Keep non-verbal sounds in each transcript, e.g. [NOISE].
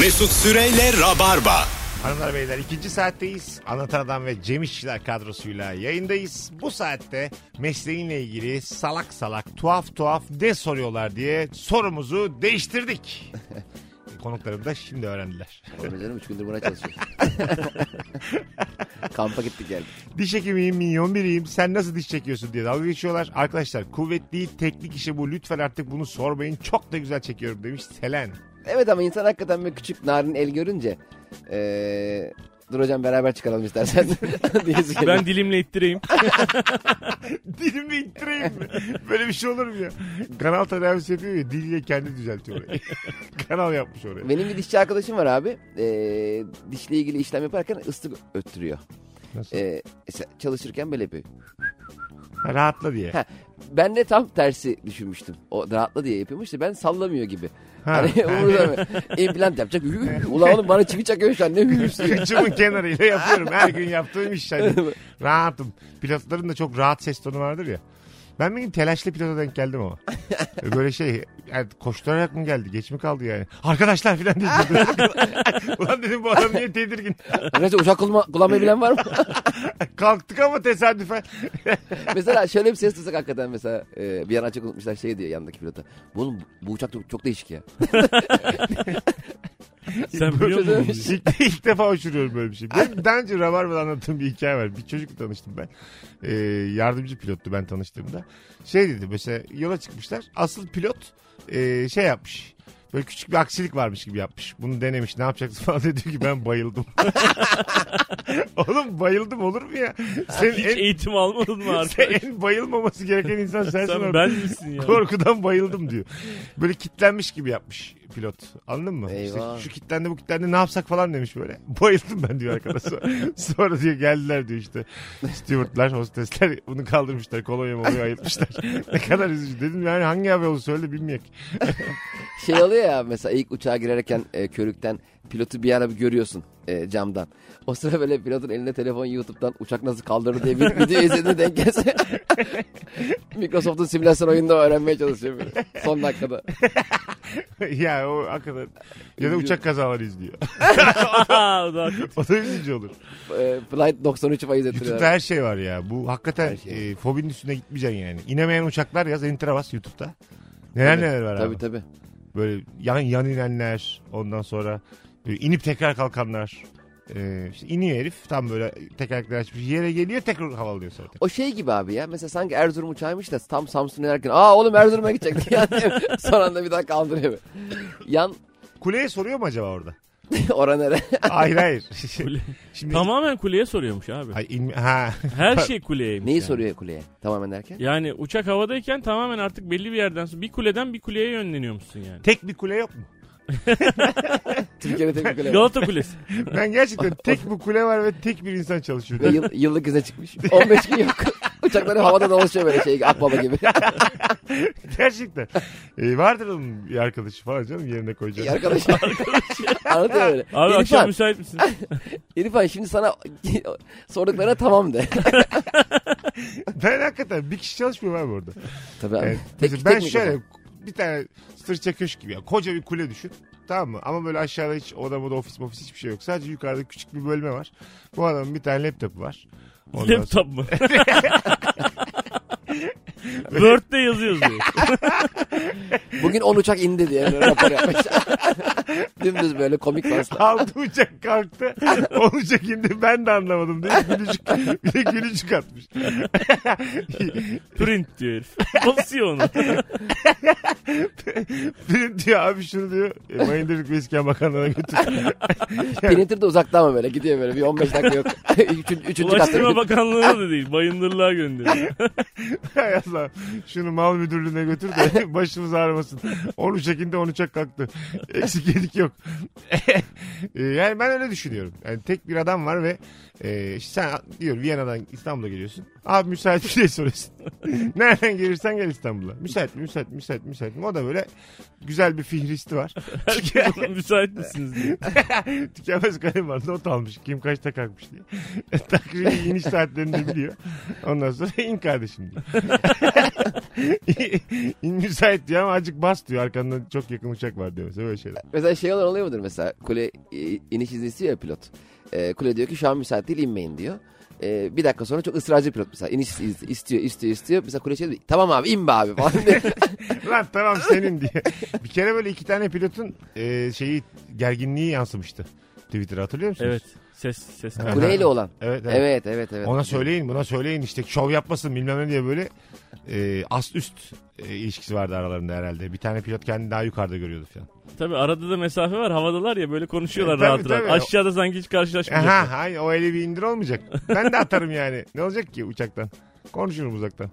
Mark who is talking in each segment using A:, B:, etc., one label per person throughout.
A: Mesut Süreyle Rabarba.
B: Hanımlar beyler ikinci saatteyiz. Anlatan Adam ve Cem İşçiler kadrosuyla yayındayız. Bu saatte mesleğinle ilgili salak salak tuhaf tuhaf ne soruyorlar diye sorumuzu değiştirdik. Konuklarım da şimdi öğrendiler.
C: Tabii canım 3 gündür buna çalışıyoruz. Kampa gittik geldik.
B: Diş hekimiyim, minyon biriyim. Sen nasıl diş çekiyorsun diye dalga geçiyorlar. Arkadaşlar kuvvetli teknik işi bu. Lütfen artık bunu sormayın. Çok da güzel çekiyorum demiş Selen. [LAUGHS]
C: Evet ama insan hakikaten bir küçük narin el görünce... Ee, dur hocam beraber çıkaralım istersen. diyesi geliyor.
D: Ben dilimle ittireyim.
B: Dilimi ittireyim mi? Böyle bir şey olur mu ya? Kanal tedavisi yapıyor ya diliyle kendi düzeltiyor orayı. Kanal yapmış oraya.
C: Benim bir dişçi arkadaşım var abi. Ee, dişle ilgili işlem yaparken ıslık öttürüyor.
B: Nasıl?
C: Ee, se- çalışırken böyle yapıyor.
B: Ha, Rahatla diye. [LAUGHS]
C: Ha, ben de tam tersi düşünmüştüm. O rahatla diye yapıyormuş da ben sallamıyor gibi.
B: Ha.
C: Hani umursamıyor. implant yapacak. Ulan oğlum bana çivi çakıyor şu an ne hüyürsün.
B: Kıçımın kenarıyla yapıyorum. Her gün yaptığım iş. Hani. Rahatım. Pilotların da çok rahat ses tonu vardır ya. Ben bir gün telaşlı pilota denk geldim ama. Böyle şey yani koşturarak mı geldi? Geç mi kaldı yani? Arkadaşlar falan diye. [LAUGHS] Ulan dedim bu adam niye tedirgin?
C: Arkadaşlar uçak kullanma, kullanmayı bilen var mı?
B: Kalktık ama tesadüfen.
C: mesela şöyle bir ses tutsak hakikaten mesela e, bir an açık unutmuşlar şey diyor yanındaki pilota. Bu Oğlum bu uçak çok, çok değişik ya.
D: Sen
B: [LAUGHS]
D: biliyor musun? bunu?
B: İlk, ilk defa uçuruyorum böyle bir şey. Benim daha önce Rabarba'da anlattığım bir hikaye var. Bir çocukla tanıştım ben. Ee, yardımcı pilottu ben tanıştığımda. Şey dedi mesela yola çıkmışlar. Asıl pilot ee, şey yapmış. Böyle küçük bir aksilik varmış gibi yapmış. Bunu denemiş ne yapacaksın falan dedi ki ben bayıldım. [LAUGHS] Oğlum bayıldım olur mu ya? Senin
D: Hiç
B: en,
D: eğitim almadın mı
B: sen
D: arkadaş?
B: en bayılmaması gereken insan sensin.
D: Sen
B: orada.
D: ben misin ya?
B: Korkudan bayıldım diyor. Böyle kitlenmiş gibi yapmış pilot. Anladın mı?
C: Eyvah.
B: şu kitlendi bu kitlendi ne yapsak falan demiş böyle. [LAUGHS] Bayıldım ben diyor
C: [LAUGHS]
B: arkadaşlar. Sonra diyor geldiler diyor işte. Stewardlar, hostesler bunu kaldırmışlar. Kolonya molonya
C: [LAUGHS]
B: ayırtmışlar. ne kadar üzücü. Dedim yani hangi hava yolu söyle bilmeyek. [LAUGHS]
C: Şey oluyor ya mesela ilk uçağa girerken e, körükten pilotu bir ara bir görüyorsun e, camdan. O sıra böyle pilotun elinde telefon YouTube'dan uçak nasıl kaldırır diye bir video izlediğinde denk gelse. [LAUGHS] Microsoft'un simülasyon oyununda öğrenmeye çalışıyor. böyle. Son dakikada.
B: ya o hakikaten. Ya da uçak kazaları izliyor.
D: [LAUGHS]
B: [LAUGHS]
D: Aa, o da haklı.
B: O da üzücü olur.
C: E, Flight 93 faiz ettiriyor.
B: YouTube'da her şey var ya. Bu hakikaten
C: Her şey.
B: e, fobinin üstüne gitmeyeceksin yani. İnemeyen uçaklar yaz enter'a bas YouTube'da. Neler neler var abi.
C: Tabii tabii.
B: böyle yan yan inenler ondan sonra böyle inip tekrar kalkanlar. Ee, işte iniyor herif tam böyle tekerlekler açmış yere geliyor tekrar havalıyor sonra.
C: O şey gibi abi ya. Mesela sanki Erzurum uçağıymış da tam Samsun'a inerken aa oğlum Erzurum'a gidecektik. [LAUGHS] Yani son anda bir daha kaldırıyor. be. Yan [LAUGHS]
B: Kuleye soruyor mu acaba orada?
C: ora nere?
B: hayır hayır.
D: Kule-
B: [LAUGHS] Şimdi
D: Tamamen kuleye soruyormuş abi.
B: Ay, in- ha. [LAUGHS]
D: Her şey kuleyeymiş.
C: Neyi
D: yani.
C: soruyor kuleye? Tamamen derken.
D: Yani uçak havadayken tamamen artık belli bir yerden sonra bir kuleden bir kuleye yönleniyormuşsun yani.
B: Tek bir kule yok mu?
C: [LAUGHS] Türkiye'de tek bir kule var.
D: Galata Kulesi.
B: Ben gerçekten tek bir kule var ve tek bir insan çalışıyor.
C: Ve yıl- yıllık izne çıkmış. 15 gün [LAUGHS] yok. Uçakları havada dolaşıyor böyle şey akbaba gibi.
B: [LAUGHS] gerçekten. Ee, vardır onun bir arkadaşı falan canım yerine
C: İyi
B: koyacağım.
C: [LAUGHS] [LAUGHS] arkadaş. Anlatıyor böyle.
D: Abi
C: Elif
D: akşam
C: Han,
D: müsait misin?
C: Elif Han şimdi sana [LAUGHS] sorduklarına tamam de.
B: ben hakikaten bir kişi çalışmıyor abi orada.
C: [LAUGHS] Tabii abi.
B: Evet.
C: Tek,
B: Mesela
C: tek
B: ben
C: mikrofon.
B: şöyle bir tane sırça köşk gibi. Yani koca bir kule düşün. Tamam mı? Ama böyle aşağıda hiç oda moda ofis ofis hiçbir şey yok. Sadece yukarıda küçük bir bölme var. Bu adamın bir tane laptopu var. Ondan sonra- [LAUGHS]
D: Laptop mu? Word'de yazıyoruz diyor.
C: Bugün 10 uçak indi diye böyle rapor yapmış. [LAUGHS] Dümdüz böyle komik basla.
B: Altı uçak kalktı. On uçak indi. Ben de anlamadım diye gülücük, [LAUGHS] bir de gülücük atmış.
D: Print diyor herif. Basıyor onu.
B: Film diyor abi şunu diyor. E, Bayındırlık ve İskan Bakanlığı'na götür.
C: Printer de uzakta ama böyle gidiyor böyle bir 15 dakika
D: [LAUGHS]
C: yok. [LAUGHS] üçüncü üçüncü katta.
D: Ulaştırma Bakanlığı'na da değil. Bayındırlığa gönderiyor.
B: [LAUGHS] Hay Allah. Şunu mal müdürlüğüne götür de başımız ağrımasın. 10 uçak indi 10 uçak kalktı. Eksik yedik yok. E, yani ben öyle düşünüyorum. Yani tek bir adam var ve e, işte sen diyor Viyana'dan İstanbul'a geliyorsun. Abi müsait bir şey soruyorsun. [LAUGHS] Nereden gelirsen gel İstanbul'a. Müsait mi müsait mi müsait mi müsait mi? O da böyle güzel bir fihristi var. Tüke-
D: Müsait misiniz diye.
B: Tükenmez kalem var. Not almış. Kim kaçta kalkmış diye. [LAUGHS] Takribi iniş saatlerini biliyor. Ondan sonra in kardeşim [LAUGHS] diyor. in müsait diyor ama azıcık bas diyor. Arkandan çok yakın uçak var diyor. Mesela böyle şeyler.
C: Mesela şey olur olan oluyor mudur mesela? Kule e, iniş izni istiyor ya pilot. E, kule diyor ki şu an müsait değil inmeyin diyor. E, bir dakika sonra çok ısrarcı pilot mesela. İniş izni istiyor istiyor istiyor. Mesela kule şey diyor tamam abi in be abi falan
D: [LAUGHS]
C: diyor.
B: Lan tamam senin diye. Bir kere böyle iki tane pilotun e, şeyi gerginliği yansımıştı. Twitter'a hatırlıyor musunuz?
D: Evet. Ses ses.
C: Kuleyle olan.
B: Evet, evet.
C: Evet evet evet.
B: Ona söyleyin buna söyleyin işte şov yapmasın bilmem ne diye böyle e, ast üst e, ilişkisi vardı aralarında herhalde. Bir tane pilot kendini daha yukarıda görüyordu falan.
D: Tabii arada da mesafe var. Havadalar ya böyle konuşuyorlar
B: E, tabii,
D: rahat rahat.
B: tabii.
D: Aşağıda sanki hiç karşılaşmayacak.
B: Aha, hayır, o eli bir indir olmayacak. Ben de atarım yani. Ne olacak ki uçaktan? Konuşurum uzaktan.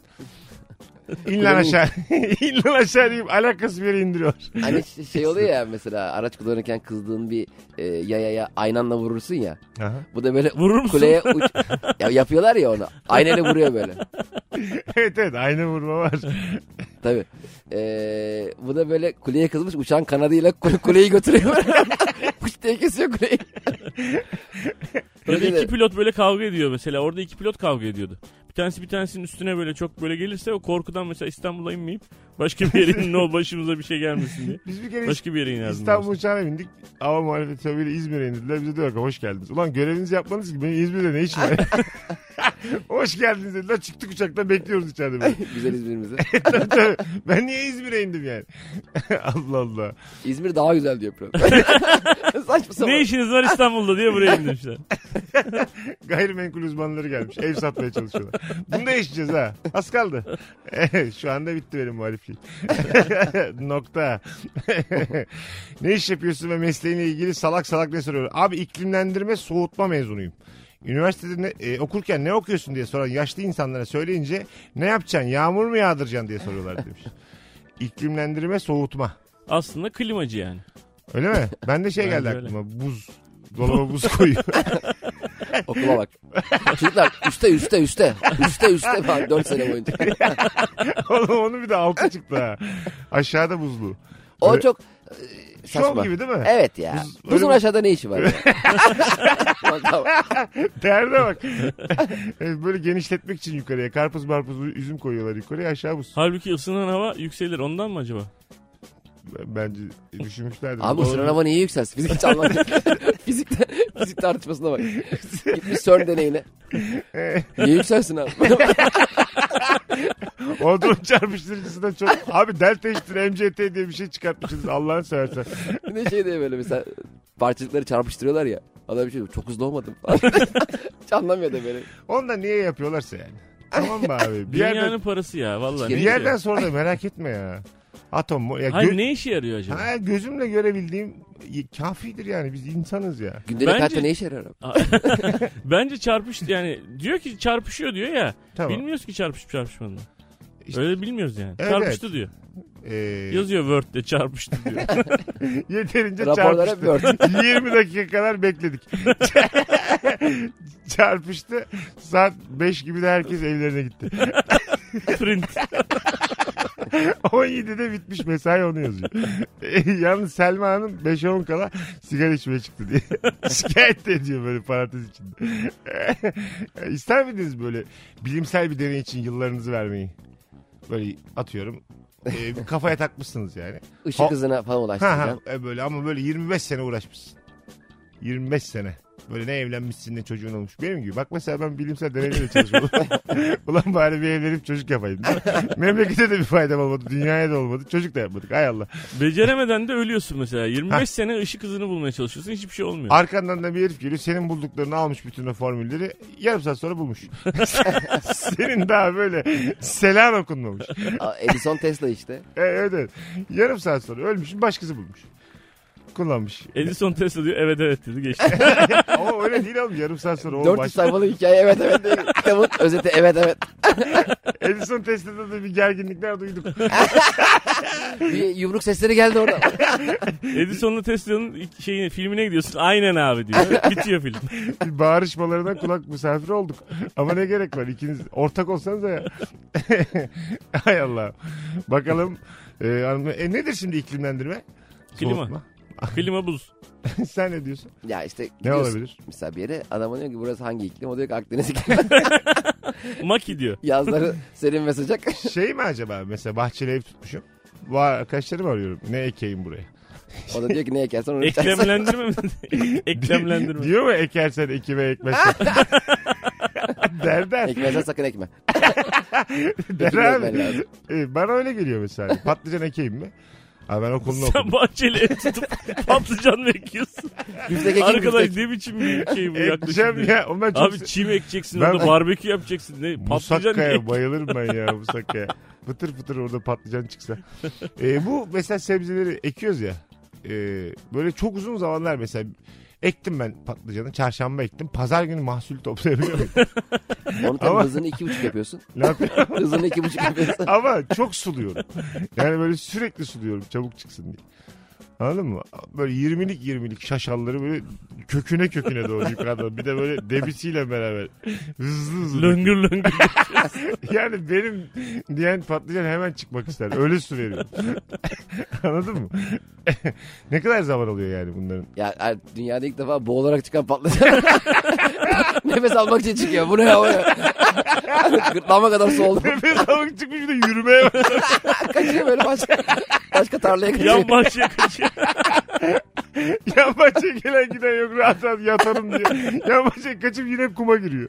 B: İn lan aşağı. [LAUGHS] İn lan aşağı diyeyim. Alakası bir yere indiriyor.
C: Hani işte
D: [LAUGHS]
C: şey oluyor ya mesela araç kullanırken kızdığın bir e, yayaya aynanla vurursun ya.
B: Aha.
C: Bu da böyle
D: Vurur musun?
C: kuleye
D: [LAUGHS]
C: uç... ya, yapıyorlar ya onu. Aynayla vuruyor böyle.
B: Evet evet aynı vurma var.
C: Tabii. Ee, bu da böyle kuleye kızmış uçağın kanadıyla kule- kuleyi götürüyor. [LAUGHS] Kuş diye kesiyor kuleyi.
D: Ya da
C: Öyle de-
D: iki pilot böyle kavga ediyor mesela. Orada iki pilot kavga ediyordu. Bir tanesi bir tanesinin üstüne böyle çok böyle gelirse o korkudan mesela İstanbul'a inmeyip başka bir
B: [LAUGHS]
D: yere inin o başımıza bir şey gelmesin diye.
B: Biz bir kere
D: Başka bir yere iner.
B: İstanbul uçağına bindik. Hava muhalefeti sebebiyle İzmir'e indirdiler. Bize diyor ki hoş geldiniz. Ulan görevinizi yapmanız ki benim İzmir'de ne işim var? [LAUGHS] hoş geldiniz dediler. Çıktık uçaktan bekliyoruz içeride.
C: [LAUGHS]
B: böyle.
C: Güzel İzmir'imize.
B: Tabii, tabii. ben niye İzmir'e indim yani? [LAUGHS] Allah Allah.
C: İzmir daha güzel diyor program. Saçma sapan.
D: Ne işiniz var İstanbul'da diye
B: [LAUGHS]
D: buraya indirmişler.
B: Gayrimenkul uzmanları gelmiş. Ev satmaya çalışıyorlar. Bunu da yaşayacağız ha. Az kaldı. [LAUGHS] Şu anda bitti benim muhalifliğim. [LAUGHS] Nokta. [LAUGHS] ne iş yapıyorsun ve mesleğinle ilgili salak salak ne soruyor? Abi iklimlendirme soğutma mezunuyum. Üniversitede ne- e, okurken ne okuyorsun diye soran yaşlı insanlara söyleyince ne yapacaksın yağmur mu yağdıracaksın diye soruyorlar demiş. İklimlendirme soğutma.
D: Aslında klimacı yani.
B: Öyle mi? Ben de şey
D: Bence
B: geldi
D: öyle.
B: aklıma buz. Dolaba buz
D: [LAUGHS]
B: koyuyor.
C: Okula bak. Çocuklar üste üste üste. Üste üste bak 4 sene boyunca.
B: Oğlum onun bir de altı çıktı ha. Aşağıda buzlu.
C: O
B: Öyle-
C: çok e,
B: Şov
C: saçma.
B: gibi değil mi?
C: Evet ya.
B: Buz-
C: Buzun
B: öyle-
C: aşağıda ne işi var? ya? Bak, tamam.
B: Derde
C: [LAUGHS]
B: bak. [LAUGHS] Evet, Böyle genişletmek için yukarıya. Karpuz marpuz üzüm koyuyorlar yukarıya aşağı buz.
D: Halbuki ısınan hava yükselir ondan mı acaba?
B: Bence düşünmüşlerdir.
C: Abi ısınan hava niye yükselsin? Fizik hiç anlamıyor. Fizikte, fizik tartışmasına bak. Gitmiş CERN deneyine. niye yükselsin abi?
B: Odun [LAUGHS] çarpıştırıcısından çok. Abi delta eşittir MCT diye bir şey çıkartmışsınız Allah'ını seversen.
C: bir de şey diye böyle mesela parçacıkları çarpıştırıyorlar ya. Adam bir şey diyor, çok hızlı olmadım [LAUGHS] falan. hiç anlamıyor da böyle.
B: Onu da niye yapıyorlarsa yani. Tamam mı abi? Bir
D: Dünyanın
B: yerden,
D: parası ya vallahi.
B: bir
D: ne
B: yerden
D: işe-
B: sonra da merak etme ya. Atom mu? Ya
D: Hayır
B: gö-
D: ne işe yarıyor acaba?
B: Ha, gözümle görebildiğim kafidir yani biz insanız ya.
C: Gündelik
D: Bence-
C: hayatta ne işe yarar abi?
D: Bence çarpış yani diyor ki çarpışıyor diyor ya.
B: Tamam.
D: Bilmiyoruz ki çarpışıp çarpışmadığını.
B: İşte-
D: Öyle bilmiyoruz yani.
B: Evet.
D: Çarpıştı diyor.
B: Ee,
D: Yazıyor Word'de çarpıştı
B: [LAUGHS]
D: diyor.
B: Yeterince
C: Raporlara
B: çarpıştı. [LAUGHS]
C: bir
B: 20 dakika kadar bekledik. çarpıştı. Saat 5 gibi de herkes evlerine gitti.
D: Print.
B: 17'de bitmiş mesai onu yazıyor. [LAUGHS] Yalnız Selma Hanım 5-10 kala sigara içmeye çıktı diye. [LAUGHS] Şikayet de ediyor böyle parantez içinde. [LAUGHS] İster miydiniz böyle bilimsel bir deney için yıllarınızı vermeyi? Böyle atıyorum. Ee, kafaya takmışsınız yani.
C: Işık
B: Ha-
C: hızına
B: Ha,
C: falan
B: ha,
C: ulaştıracaksın.
B: e böyle ama böyle 25 sene uğraşmışsın. 25 sene. Böyle ne evlenmişsin ne çocuğun olmuş. Benim gibi. Bak mesela ben bilimsel deneylerle çalışıyorum. Ulan bari bir evlenip çocuk yapayım. değil mi? Memlekete de bir faydam olmadı. Dünyaya da olmadı. Çocuk da yapmadık. Hay Allah.
D: Beceremeden de ölüyorsun mesela. 25 sene ışık hızını bulmaya çalışıyorsun hiçbir şey olmuyor.
B: Arkandan da bir herif geliyor. Senin bulduklarını almış bütün o formülleri. Yarım saat sonra bulmuş. Senin daha böyle selam okunmamış.
C: Aa, Edison Tesla işte.
B: E, evet, evet. Yarım saat sonra ölmüş. Başkası bulmuş. Kullanmış.
D: Edison Tesla diyor evet evet
B: [LAUGHS]
D: dedi geçti.
B: Ama öyle değil [LAUGHS] oğlum. Yarım saat sonra o
C: 400
B: başka-
C: sayfalık hikaye evet evet. [LAUGHS] değil. Kitabın özeti evet evet.
B: Edison testinde de bir gerginlikler duyduk.
C: Bir yumruk sesleri geldi orada. [LAUGHS]
D: Edison'la Tesla'nın ilk şeyine, filmine gidiyorsun aynen
B: [LAUGHS]
D: abi diyor. Bitiyor film.
B: Bir bağırışmalarına kulak misafir olduk. Ama ne gerek var ikiniz ortak olsanız ya. [LAUGHS] Hay Allah. Bakalım. E, hanım- e, nedir şimdi iklimlendirme?
D: Klima.
B: Soğutma. [LAUGHS]
D: Klima buz.
B: Sen ne diyorsun?
C: ya işte
B: Ne
C: gidiyorsun.
B: olabilir?
C: Mesela bir yere adama diyor ki burası hangi iklim? O diyor ki Akdeniz iklimi. [LAUGHS]
B: [LAUGHS]
D: Maki diyor.
C: Yazları serin ve sıcak.
B: Şey mi acaba mesela bahçeli ev tutmuşum. Vay, Arkadaşlarımı arıyorum. Ne ekeyim buraya?
C: O da diyor ki ne ekersen onu ekeceksin.
B: [LAUGHS]
D: Eklemlendirme mi? Eklemlendirme.
B: Diyor mu ekersen ekime ekmezsen? [LAUGHS] Derden.
C: [LAUGHS] Ekmezsen
B: [LAUGHS]
C: sakın ekme.
B: Der
C: ekmeği
B: abi.
C: ekmen lazım.
B: E, bana öyle geliyor mesela. Patlıcan ekeyim mi? Abi ben
D: [LAUGHS]
B: okulunu
D: Sen
B: okudum.
D: bahçeli
B: [LAUGHS]
D: ev tutup patlıcan bekliyorsun.
C: Büftek ekin
D: Arkadaş
C: büftek.
D: ne biçim bir şey bu yaklaşım
B: Ekeceğim
D: diye.
B: ya. Oğlum ben çok
D: Abi çim ekeceksin
B: Ben-
D: orada barbekü yapacaksın. Ne? Patlıcan ne?
B: Musakka'ya bayılırım ben ya
D: [LAUGHS]
B: musakka'ya. Fıtır fıtır orada patlıcan çıksa. Ee, bu mesela sebzeleri ekiyoruz ya. E, böyle çok uzun zamanlar mesela ektim ben patlıcanı. Çarşamba ektim. Pazar günü mahsul toplayabiliyorum.
D: [LAUGHS]
C: Onu tabii
B: Ama-
C: hızını iki buçuk yapıyorsun.
B: ne yapayım?
C: Hızını iki
B: [LAUGHS]
C: buçuk yapıyorsun.
B: Ama çok suluyorum. Yani böyle sürekli suluyorum çabuk çıksın diye. Anladın mı? Böyle 20'lik 20'lik şaşalları böyle köküne köküne doğru yukarıda. Bir de böyle debisiyle beraber hızlı hızlı.
D: Löngür löngür.
B: [LAUGHS] Yani benim diyen patlıcan hemen çıkmak ister. Öyle su veriyorum. [LAUGHS] Anladın mı? [LAUGHS] ne kadar zaman oluyor yani bunların? [LAUGHS]
C: Ya er- dünyada ilk defa boğularak çıkan patlıcan. [LAUGHS] Nefes almak için çıkıyor. Bu ne ya? Bu ne? [LAUGHS] Gırtlağıma kadar su oldu.
B: Nefes alıp çıkmış bir de yürümeye bak.
C: Kaçıyor böyle başka, başka tarlaya kaçıyor.
D: Yan bahçeye kaçıyor.
B: [LAUGHS] Yan bahçeye gelen giden yok rahat rahat yatarım diye. Yan bahçeye kaçıp yine kuma giriyor.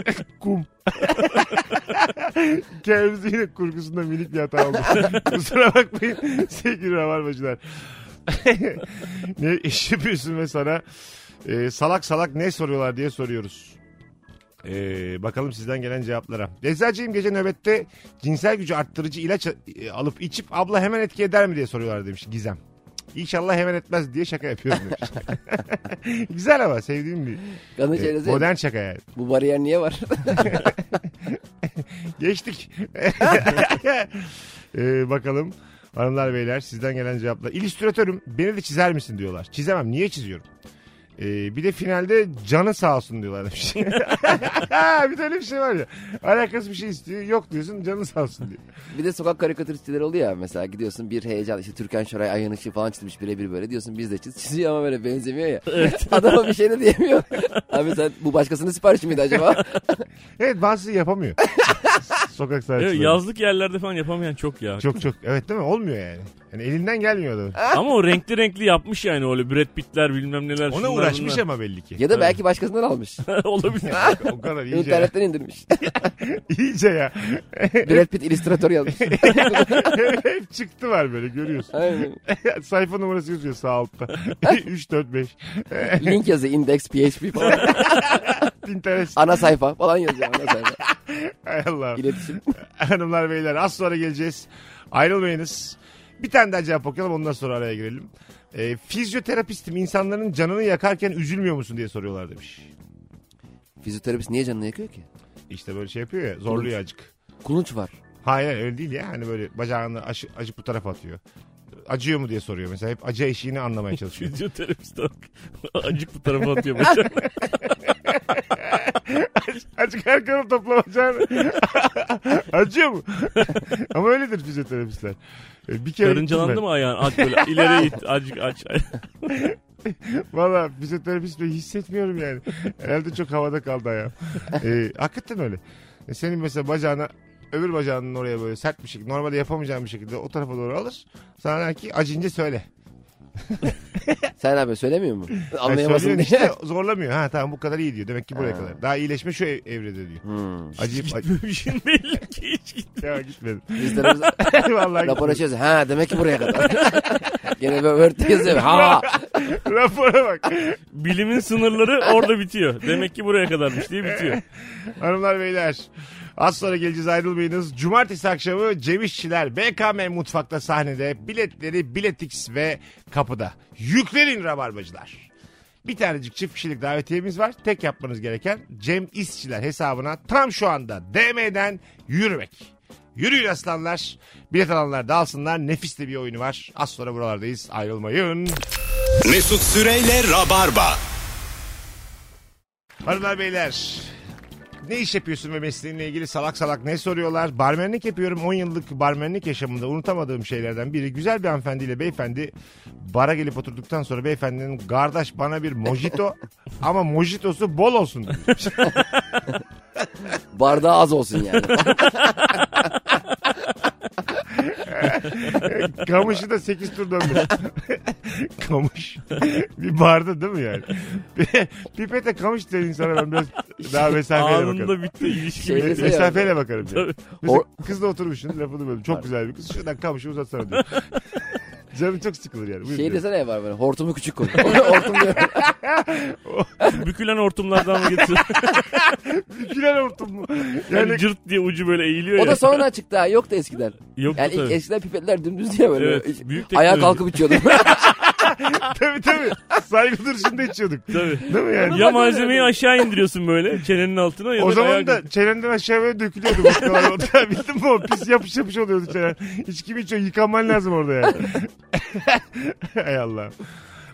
B: [LAUGHS] Kum. [LAUGHS] Hikayemizde yine kurgusunda minik bir hata oldu. [LAUGHS] Kusura bakmayın sevgili rabarbacılar. [LAUGHS] ne iş yapıyorsun ve sana e, salak salak ne soruyorlar diye soruyoruz. E, bakalım sizden gelen cevaplara. Eczacıyım gece nöbette cinsel gücü arttırıcı ilaç e, alıp içip abla hemen etki eder mi diye soruyorlar demiş Gizem. İnşallah hemen etmez diye şaka yapıyorum demiş. [LAUGHS] Güzel ama sevdiğim bir
C: Kadın
B: e,
C: çevresi.
B: modern şaka yani.
C: Bu bariyer niye var? [LAUGHS]
B: Geçtik. Ee, bakalım hanımlar beyler sizden gelen cevaplar. İllüstratörüm beni de çizer misin diyorlar. Çizemem niye çiziyorum? Ee, bir de finalde canı sağ olsun diyorlar demiş. [LAUGHS] bir de öyle bir şey var ya. Alakası bir şey istiyor. Yok diyorsun canı sağ olsun diyor.
C: Bir de sokak karikatüristleri oluyor ya mesela gidiyorsun bir heyecan işte Türkan Şoray Ayhan Işık falan çizmiş birebir böyle diyorsun biz de çiz. Çiziyor ama böyle benzemiyor ya. [LAUGHS] Adama bir şey de diyemiyor. [LAUGHS] Abi sen bu başkasının siparişi
B: [LAUGHS]
C: miydi acaba?
B: Evet bazısı yapamıyor. [LAUGHS] Sokak sanatçıları.
D: Evet, yazlık yerlerde falan yapamayan çok ya.
B: Çok çok. Evet değil mi? Olmuyor yani. Yani elinden gelmiyor adamın.
D: Ama o renkli renkli yapmış yani öyle Brad Pitt'ler bilmem neler.
B: Ona
D: şunlar
B: uğraşmış
D: bunlar.
B: ama belli ki.
C: ya da belki başkasından almış.
D: [LAUGHS] Olabilir.
B: [LAUGHS] o kadar iyice. ya.
C: İnternetten indirmiş.
B: İyice ya. [LAUGHS]
C: Brad Pitt illüstratör yazmış.
B: Hep çıktı var böyle görüyorsun. [LAUGHS]
C: Aynen.
B: Sayfa numarası yazıyor sağ altta. [LAUGHS] 3, 4, 5.
C: Link yazıyor index php
D: [LAUGHS]
C: falan.
B: Pinterest.
C: ana sayfa falan yazıyor ana sayfa.
B: Hay Allah.
C: İletişim.
B: Hanımlar beyler az sonra geleceğiz. Ayrılmayınız. Bir tane daha cevap okuyalım ondan sonra araya girelim. Ee, fizyoterapistim insanların canını yakarken üzülmüyor musun diye soruyorlar demiş.
C: Fizyoterapist niye canını yakıyor ki?
B: İşte böyle şey yapıyor ya zorluyor acık.
C: Kulunç var.
B: Hayır öyle değil ya hani böyle bacağını aşı, acık bu tarafa atıyor. Acıyor mu diye soruyor mesela hep acı eşiğini anlamaya çalışıyor.
D: Fizyoterapist bak. [LAUGHS] Acık bu tarafa atıyor bacak.
B: Acık arkanı topla bacağını. [LAUGHS] Acıyor mu? [LAUGHS] Ama öyledir fizyoterapistler. Ee, Bir kere gittim ben.
D: Karıncalandı mı ayağın? Aç böyle ileri it. Acık aç. [LAUGHS]
B: Valla fizyoterapist bile hissetmiyorum yani. Herhalde çok havada kaldı ayağım. Ee, hakikaten öyle. E, Senin mesela bacağına öbür bacağının oraya böyle sert bir şekilde normalde yapamayacağın bir şekilde o tarafa doğru alır. Sana der ki acınca söyle.
C: Sen abi söylemiyor mu?
B: Yani
C: Anlayamasın
B: söylüyorsun
C: diye.
B: işte, zorlamıyor. Ha tamam bu kadar iyi diyor. Demek ki buraya
C: Ha.
B: kadar. Daha iyileşme şu ev- evrede diyor.
C: Hmm.
B: Acıyıp acı.
D: Şimdi şey belli ki hiç git.
B: Ya gitmedim.
D: [LAUGHS]
C: Fizyoterapist
B: [LAUGHS] Vallahi
C: rapor
B: gitmedim.
C: açıyoruz. Ha demek ki buraya kadar. [LAUGHS] Gene böyle örtü yazıyor. Ha.
B: Rapora bak.
D: Bilimin sınırları orada bitiyor. Demek ki buraya kadarmış diye bitiyor.
B: [LAUGHS] Hanımlar beyler az sonra geleceğiz ayrılmayınız. Cumartesi akşamı Cem İşçiler BKM Mutfak'ta sahnede biletleri Biletix ve kapıda. Yüklenin rabarbacılar. Bir tanecik çift kişilik davetiyemiz var. Tek yapmanız gereken Cem İşçiler hesabına tam şu anda DM'den yürümek. Yürüyün aslanlar. Bilet alanlar da alsınlar. Nefis de bir oyunu var. Az sonra buralardayız. Ayrılmayın.
A: Mesut Süreyle Rabarba.
B: Hanımlar beyler ne iş yapıyorsun ve mesleğinle ilgili salak salak ne soruyorlar? Barmenlik yapıyorum. 10 yıllık barmenlik yaşamında unutamadığım şeylerden biri. Güzel bir hanımefendiyle beyefendi bara gelip oturduktan sonra beyefendinin kardeş bana bir mojito ama mojitosu bol olsun. diyor.
D: [LAUGHS]
C: Bardağı az olsun yani.
B: Kamışı da 8 tur döndü. kamış. bir barda değil mi yani? Pipete kamış diyen insana ben biraz daha mesafeyle bakarım.
D: Anında bitti ilişki.
C: Şey-
D: bitti.
C: Neyse
B: mesafeyle bakarım. Yani.
D: Tabii.
B: Mesela
C: O-
B: kızla oturmuşsun lafını böldüm. Çok güzel bir kız. Şuradan kamışı uzatsana diyor. Canım çok sıkılır yani. Buyur
C: Şey
B: diyor.
C: desene ya var böyle hortumu küçük
D: [LAUGHS]
C: koy. Hortum diyor.
D: Bükülen hortumlardan mı getir?
B: Gülen hortum mu?
D: Yani
B: Yani
D: cırt diye ucu böyle eğiliyor ya.
C: O da sonra çıktı ha yoktu eskiden.
D: Yok
C: Yani ilk
D: tabii.
C: eskiden pipetler dümdüz diye böyle.
D: Evet, büyük
C: Ayağa
D: teknoloji.
C: kalkıp içiyordum.
D: [LAUGHS]
B: tabii tabii. Saygı duruşunda içiyorduk.
D: Tabii.
B: Değil mi yani?
D: Ya malzemeyi aşağı indiriyorsun böyle çenenin altına ya
B: O
D: da ayağa
B: zaman
D: kalk-
B: da çenenden aşağı böyle dökülüyordu vodkalar orada. [LAUGHS] Bildin mi o? Pis yapış yapış oluyordu çenen. Hiç kim içiyor? Yıkanman lazım orada yani. [LAUGHS] Hay Allah.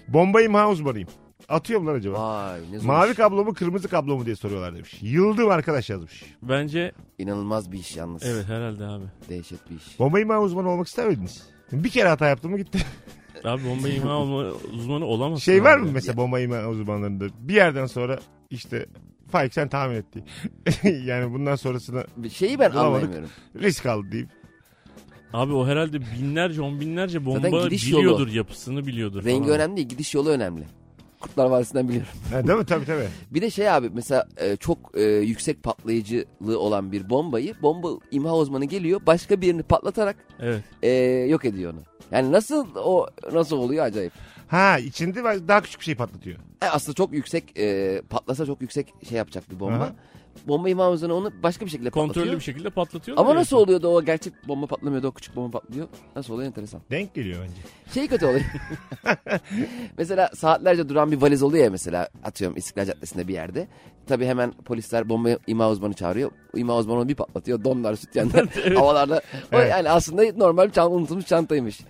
B: Bombayım ha uzmanıyım. Atıyorum lan acaba.
C: Vay ne zor.
B: Mavi kablo mu kırmızı kablo mu diye soruyorlar demiş. Yıldım arkadaş yazmış.
D: Bence
C: İnanılmaz bir iş yalnız.
D: evet herhalde abi.
C: Dehşet bir iş.
B: Bombayım ha uzmanı olmak ister miydiniz? Bir kere hata yaptım mı [LAUGHS] gitti.
D: Abi bomba [LAUGHS] imha olma, uzmanı olamaz.
B: Şey var mı mesela bombayım ha uzmanlarında? Bir yerden sonra işte Faik sen tahmin etti. [LAUGHS] yani bundan sonrasını
C: Bir Şeyi ben
B: Bulamadık.
C: anlayamıyorum.
B: risk al deyip.
D: Abi o herhalde binlerce on binlerce
C: Zaten
D: bomba
C: gidiş
D: biliyordur
C: yolu.
D: yapısını biliyordur.
C: Rengi
D: falan.
C: önemli değil gidiş yolu önemli. Kurtlar Vadisi'nden biliyorum.
B: Ha, değil mi? Tabii tabii.
C: Bir de şey abi mesela e, çok e, yüksek patlayıcılığı olan bir bombayı bomba imha uzmanı geliyor başka birini patlatarak
D: Evet.
C: e, yok ediyor onu. Yani nasıl o nasıl oluyor acayip.
B: Ha içinde var- daha küçük bir şey patlatıyor.
C: E, aslında çok yüksek e, patlasa çok yüksek şey yapacak bir bomba.
B: Aha.
C: Bomba imha uzmanı onu başka bir şekilde
D: Kontrollü
C: patlatıyor.
D: bir şey şekilde patlatıyor.
C: Ama nasıl oluyor da o gerçek bomba patlamıyor da o küçük bomba patlıyor. Nasıl oluyor enteresan.
B: Denk geliyor bence.
C: Şey kötü oluyor. mesela saatlerce duran bir valiz oluyor ya mesela atıyorum İstiklal Caddesi'nde bir yerde. Tabii hemen polisler bomba imha uzmanı çağırıyor. İmha uzmanı onu bir patlatıyor. Donlar, sütyenler havalarda. O
B: Evet.
C: yani aslında normal bir çant, unutulmuş çantaymış.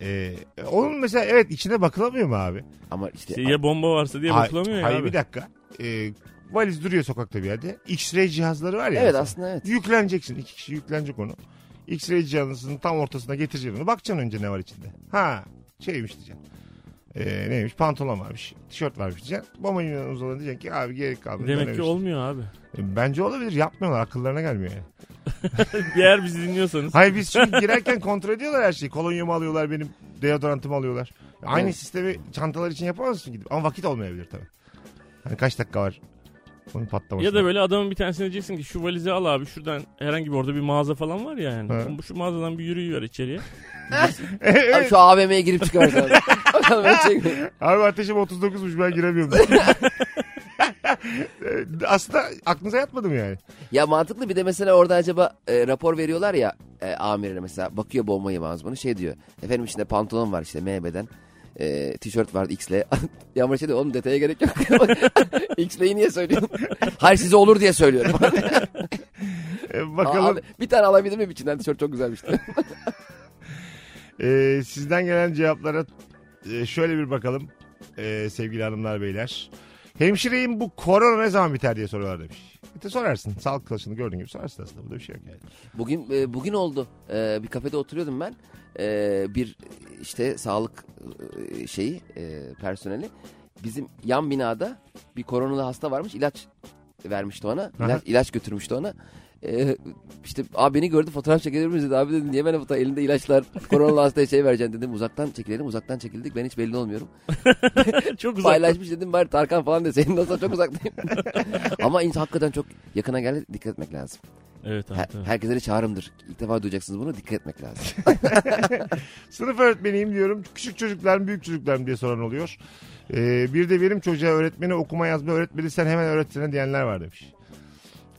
B: Ee, onun mesela evet içine bakılamıyor mu abi?
C: Ama işte
D: İşte ya bomba varsa diye
B: Hay-
D: bakılamıyor ya
B: Hayır
D: abi.
B: bir dakika. Ee, valiz duruyor sokakta bir yerde. X-ray cihazları var ya.
C: evet
B: mesela. [LAUGHS]
C: aslında evet.
B: Yükleneceksin. iki kişi yüklenecek onu. X-ray cihazının tam ortasına getireceksin onu. Bakacaksın önce ne var içinde. Ha şeymiş diyeceksin. Ee, neymiş pantolon varmış, tişört varmış diyeceksin. Bomba yine uzalan diyeceksin ki abi gerek kalmadı.
D: Demek ki
B: dönemişsin.
D: olmuyor
B: [LAUGHS]
D: abi.
B: E, Bence olabilir yapmıyorlar akıllarına gelmiyor yani.
D: Eğer bizi dinliyorsanız.
B: Hayır biz çünkü
D: [LAUGHS]
B: girerken kontrol ediyorlar her şeyi. Kolonyamı alıyorlar benim. Deodorantımı alıyorlar. Aynı
C: Evet.
B: sistemi çantalar için yapamazsın gidip. Ama vakit olmayabilir tabii. Hani kaç dakika var? Onun patlaması.
D: Ya da böyle adamın bir tanesine diyeceksin ki şu valizi al abi şuradan herhangi bir orada bir mağaza falan var ya yani.
B: He.
D: Bu Şu mağazadan bir yürüyüver içeriye. [LAUGHS]
C: Abi şu AVM'ye girip çıkarsın. Bakalım öyle çekmiyor.
B: Abi ateşim 39'muş ben
C: [LAUGHS]
B: giremiyorum. E, Aslında aklınıza yatmadı mı yani?
C: Ya mantıklı bir de mesela orada acaba e, rapor veriyorlar ya e, amirine mesela bakıyor bomba imha uzmanı şey diyor. Efendim içinde pantolon var işte MB'den. E, tişört vardı X'le. [LAUGHS] Yağmur şey diyor oğlum detaya gerek yok. [LAUGHS] X'leyi niye söylüyorsun? [LAUGHS] Hayır size olur diye söylüyorum. [LAUGHS]
B: E,
C: Aa,
B: bakalım
C: abi, bir tane alabilir miyim içinden tişört çok güzelmişti.
B: e, sizden gelen cevaplara e, şöyle bir bakalım e, sevgili hanımlar beyler. Hemşireyim bu korona ne zaman biter diye soruyorlar demiş. Bir de sorarsın. Sağlık kılaçını gördüğün gibi sorarsın aslında. Bu da bir şey yok yani.
C: Bugün e, bugün oldu. E, bir kafede oturuyordum ben. E, bir işte sağlık e, şeyi e, personeli bizim yan binada bir koronalı hasta varmış. ilaç vermişti ona.
B: Aha.
C: İlaç, ilaç götürmüştü ona. E, işte abi beni gördü fotoğraf çekilir miyiz dedi. Abi dedim niye ben fotoğraf elinde ilaçlar koronalı hastaya şey vereceksin dedim. Uzaktan çekilelim uzaktan çekildik ben hiç belli olmuyorum.
D: Çok uzak.
C: Paylaşmış dedim bari Tarkan falan deseydin nasıl çok uzaktayım. Ama insan hakikaten çok yakına geldi dikkat etmek lazım.
D: Evet abi.
C: Her,
D: tabii.
C: herkese de çağrımdır. İlk defa duyacaksınız bunu. Dikkat etmek
D: [LAUGHS]
C: lazım.
B: Sınıf öğretmeniyim diyorum. Küçük çocuklar mı büyük çocuklar mı diye soran oluyor. Ee, bir de benim çocuğa öğretmeni okuma yazma öğretmeni sen hemen öğretsene diyenler var demiş.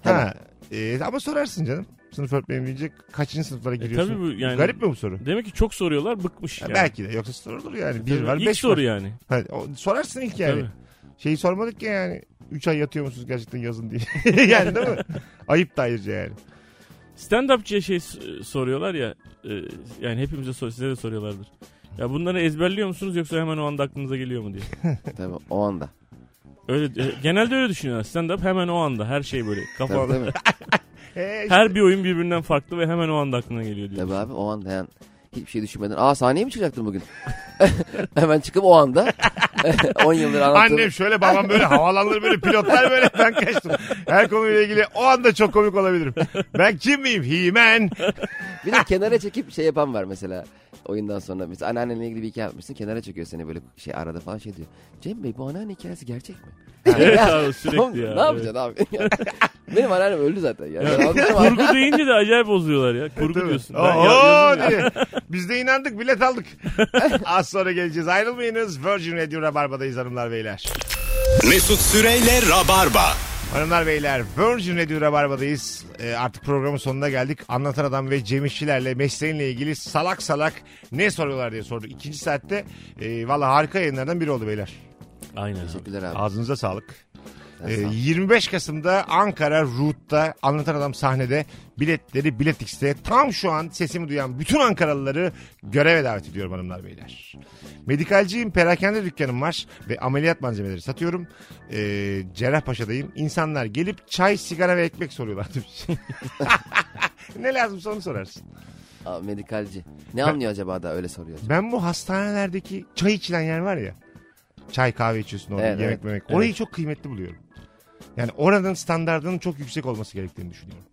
B: Ha,
C: Hemen.
B: e, ama sorarsın canım. Sınıf öğretmenim diyecek kaçıncı sınıflara giriyorsun?
D: E, tabii bu yani-
B: Garip mi bu soru?
D: Demek ki çok soruyorlar bıkmış
B: Ha,
D: yani.
B: Belki de yoksa sorulur yani. Bir
D: Tabii.
B: var
D: İlk
B: beş
D: soru
B: var.
D: yani.
B: Ha, o- sorarsın ilk yani.
D: Tabii.
B: Şeyi sormadık ya yani. 3 ay yatıyor musunuz gerçekten yazın diye. [LAUGHS] yani değil mi? Ayıp da ayrıca yani.
D: Stand-upçıya şey s- soruyorlar ya. e, yani hepimize sor, size de soruyorlardır. Ya bunları ezberliyor musunuz yoksa hemen o anda aklınıza geliyor mu diye.
C: Tabii o anda.
D: Öyle e, genelde öyle düşünüyorlar. Stand-up hemen o anda her şey böyle
C: Tabii,
D: kafanda.
C: tabii.
B: Ee, işte-
D: Her bir oyun birbirinden farklı ve hemen o anda aklına geliyor diyor.
C: tabii abi o anda yani hiçbir şey düşünmeden. Aa sahneye mi çıkacaktın bugün? [LAUGHS] Hemen çıkıp o anda [LAUGHS] 10 yıldır anlattığım.
B: Annem şöyle babam böyle havalanları böyle pilotlar böyle ben kaçtım. Her konuyla ilgili o anda çok komik olabilirim. Ben kim miyim? He-Man.
C: Bir de kenara çekip şey yapan var mesela. Oyundan sonra mesela anneannenle ilgili bir hikaye yapmışsın. Kenara çekiyor seni böyle şey arada falan şey diyor. Cem Bey bu anneanne hikayesi gerçek mi? [LAUGHS]
D: Evet
C: Ya,
D: abi
C: Tamam,
D: sürekli ya.
C: Ne yapacaksın abi? [LAUGHS] Benim anneannem öldü zaten. Ya.
D: Evet.
C: Ben anlatamam.
D: [LAUGHS] Kurgu deyince de acayip bozuyorlar ya. Kurgu diyorsun. Ben ya-
B: Oo
D: yazıyorum ya.
B: diye. Biz de inandık bilet aldık. Az sonra geleceğiz. Ayrılmayınız. Virgin Radio Rabarba'dayız hanımlar beyler.
A: Mesut Süreyle Rabarba.
B: Hanımlar beyler Virgin Radio Rabarba'dayız. Ee, artık programın sonuna geldik. Anlatan Adam ve Cem İşçilerle mesleğinle ilgili salak salak ne soruyorlar diye sorduk. İkinci saatte e, valla harika yayınlardan biri oldu beyler.
D: Aynen abi.
C: Teşekkürler abi.
B: Ağzınıza sağlık.
C: Sen
B: Ee,
C: sağ ol.
B: 25 Kasım'da Ankara Root'ta Anlatan Adam sahnede biletleri Biletix'te tam şu an sesimi duyan bütün Ankaralıları göreve davet ediyorum hanımlar beyler. Medikalciyim, perakende dükkanım var ve ameliyat malzemeleri satıyorum. Ee, Cerrahpaşa'dayım. İnsanlar gelip çay, sigara ve ekmek soruyorlar demiş. [LAUGHS] ne lazımsa onu sorarsın.
C: Aa, Medikalci. Ne anlıyor acaba da öyle soruyor.
B: Ben bu hastanelerdeki çay içilen yer var ya. Çay kahve içiyorsun orada
C: Evet,
B: yemek
C: evet.
B: memek. Orayı çok kıymetli buluyorum. Yani oranın standardının çok yüksek olması gerektiğini düşünüyorum.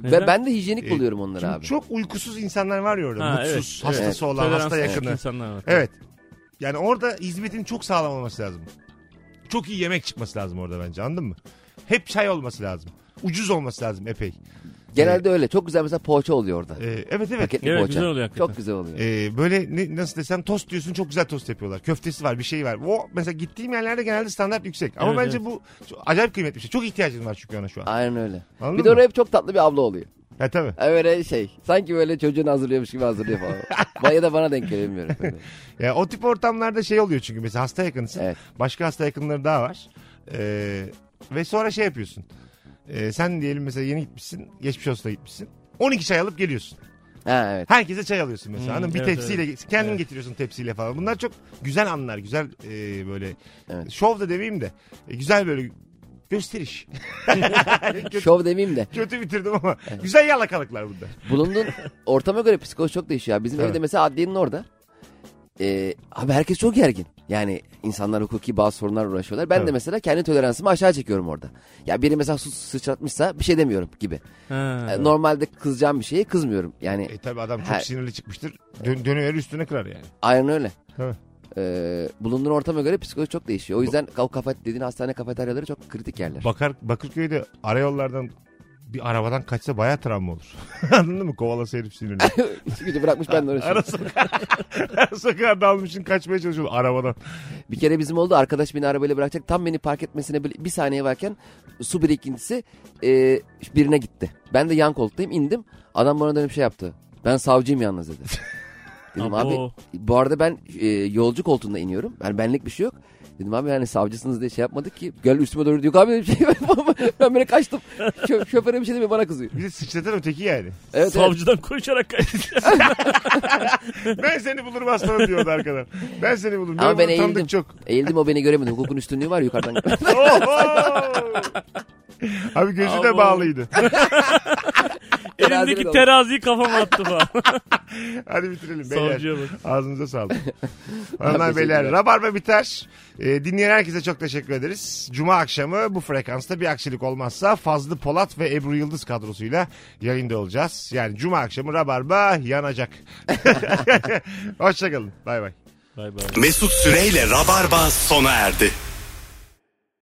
C: Ve
D: Neden?
C: ben de hijyenik
B: Ee,
C: buluyorum onları
B: Çünkü
C: abi.
B: çok uykusuz insanlar var ya orada.
D: Ha,
B: mutsuz,
D: evet,
B: hastası
C: evet.
B: olan, hasta
D: Toleranssız
B: yakını. Evet.
D: insanlar var.
B: Yani orada hizmetin çok sağlam olması lazım. Çok iyi yemek çıkması lazım orada bence anladın mı? Hep çay olması lazım. Ucuz olması lazım epey.
C: Genelde öyle. Çok güzel mesela poğaça oluyor orada.
B: Ee, E- evet evet.
C: Paketli
D: Evet,
C: poğaça.
D: güzel oluyor hakikaten.
C: Çok güzel oluyor.
B: Ee, böyle ne- nasıl desem tost diyorsun çok güzel tost yapıyorlar. Köftesi var bir şey var. O mesela gittiğim yerlerde genelde standart yüksek. Ama
D: Evet,
B: bence bu çok- acayip kıymetli bir şey. Çok ihtiyacın var çünkü ona şu an.
C: Aynen öyle.
B: Anladın
C: bir de
B: mı?
C: oraya hep çok tatlı bir abla oluyor.
B: Ha tabii.
C: Öyle şey. Sanki böyle çocuğunu hazırlıyormuş gibi hazırlıyor
B: [LAUGHS]
C: falan. Ba- ya da bana denk geliyor bilmiyorum.
B: Ya, o tip ortamlarda şey oluyor çünkü mesela hasta yakınsın.
C: Evet.
B: Başka hasta yakınları daha var. Ee, ve sonra şey yapıyorsun. Ee, sen diyelim mesela yeni gitmişsin. Geçmiş olsun da gitmişsin. 12 çay alıp geliyorsun.
C: Ha evet.
B: Herkese çay alıyorsun mesela.
D: Hmm,
B: Hanım bir
D: evet,
B: tepsiyle kendin
D: Evet.
B: getiriyorsun tepsiyle falan. Bunlar çok güzel anlar. Güzel e, böyle
C: Evet.
B: şov da demeyeyim de e, güzel böyle gösteriş. [LAUGHS]
C: Şov demeyeyim de.
B: Kötü bitirdim ama güzel yalakalıklar bunda.
C: Bulunduğun ortama göre psikoloji çok değişiyor. ya. Bizim
B: Evet.
C: evde mesela adliyenin orada. Ee, abi herkes çok gergin. Yani insanlar hukuki bazı sorunlar uğraşıyorlar. Ben de
B: Evet.
C: mesela kendi toleransımı aşağı çekiyorum orada. Ya biri mesela su sıçratmışsa bir şey demiyorum gibi.
D: Ha.
C: Ee, Normalde kızacağım bir şeye kızmıyorum. Yani
B: E tabi adam çok
C: Her-
B: sinirli çıkmıştır. Dön, dönüyor üstüne kırar yani.
C: aynen öyle.
B: Evet.
C: Ee, bulunduğun ortama göre psikoloji çok değişiyor. O yüzden kav kafa dediğin hastane kafeteryaları çok kritik yerler.
B: Bakar, Bakırköy'de arayollardan bir arabadan kaçsa bayağı travma olur. [LAUGHS] Anladın mı? Kovalasa herif sinirli.
C: [LAUGHS] İşi gücü bırakmış ben de uğraşıyorum.
B: Ara sokağa, ara sokağa dalmışsın kaçmaya çalışıyor arabadan.
C: Bir kere bizim oldu arkadaş beni arabayla bırakacak. Tam beni park etmesine böyle bir saniye varken su birikintisi e, birine gitti. Ben de yan koltuktayım indim. Adam bana dönüp şey yaptı. Ben savcıyım yalnız dedi. Dedim abi
D: Abo.
C: bu arada ben e, yolcu koltuğunda iniyorum. Yani benlik bir şey yok. Dedim abi yani savcısınız diye şey yapmadık ki. Gel üstüme doğru diyor abi şey [LAUGHS] ben böyle kaçtım. Şö- şoföre bir şey demiyor bana kızıyor.
B: Bir de sıçratan öteki yani.
C: Evet, evet.
D: Savcıdan koşarak kaçtı.
B: Ben seni bulurum aslanım diyordu arkadan. Ben seni bulurum.
C: Ama ben
B: bunu tanıdık
C: eğildim.
B: Çok.
C: Eğildim o beni göremedi. Hukukun üstünlüğü var yukarıdan.
B: Oho! Abi gözü de
D: Abo.
B: bağlıydı.
C: Terazide de
D: Elimdeki
C: oldu.
D: teraziyi kafama
B: [LAUGHS]
D: attı falan.
B: Hadi bitirelim beyler.
D: Savcıya bak.
B: Ağzınıza
C: [LAUGHS]
B: sağlık. Hanımlar
C: Teşekkürler.
B: beyler Rabarba biter. Ee, dinleyen herkese çok teşekkür ederiz. Cuma akşamı bu frekansta bir aksilik olmazsa Fazlı Polat ve Ebru Yıldız kadrosuyla yayında olacağız. Yani Cuma akşamı Rabarba yanacak. [LAUGHS] Hoşçakalın. Bay bay.
D: Bay bay.
A: Mesut Süreyle Rabarba sona erdi.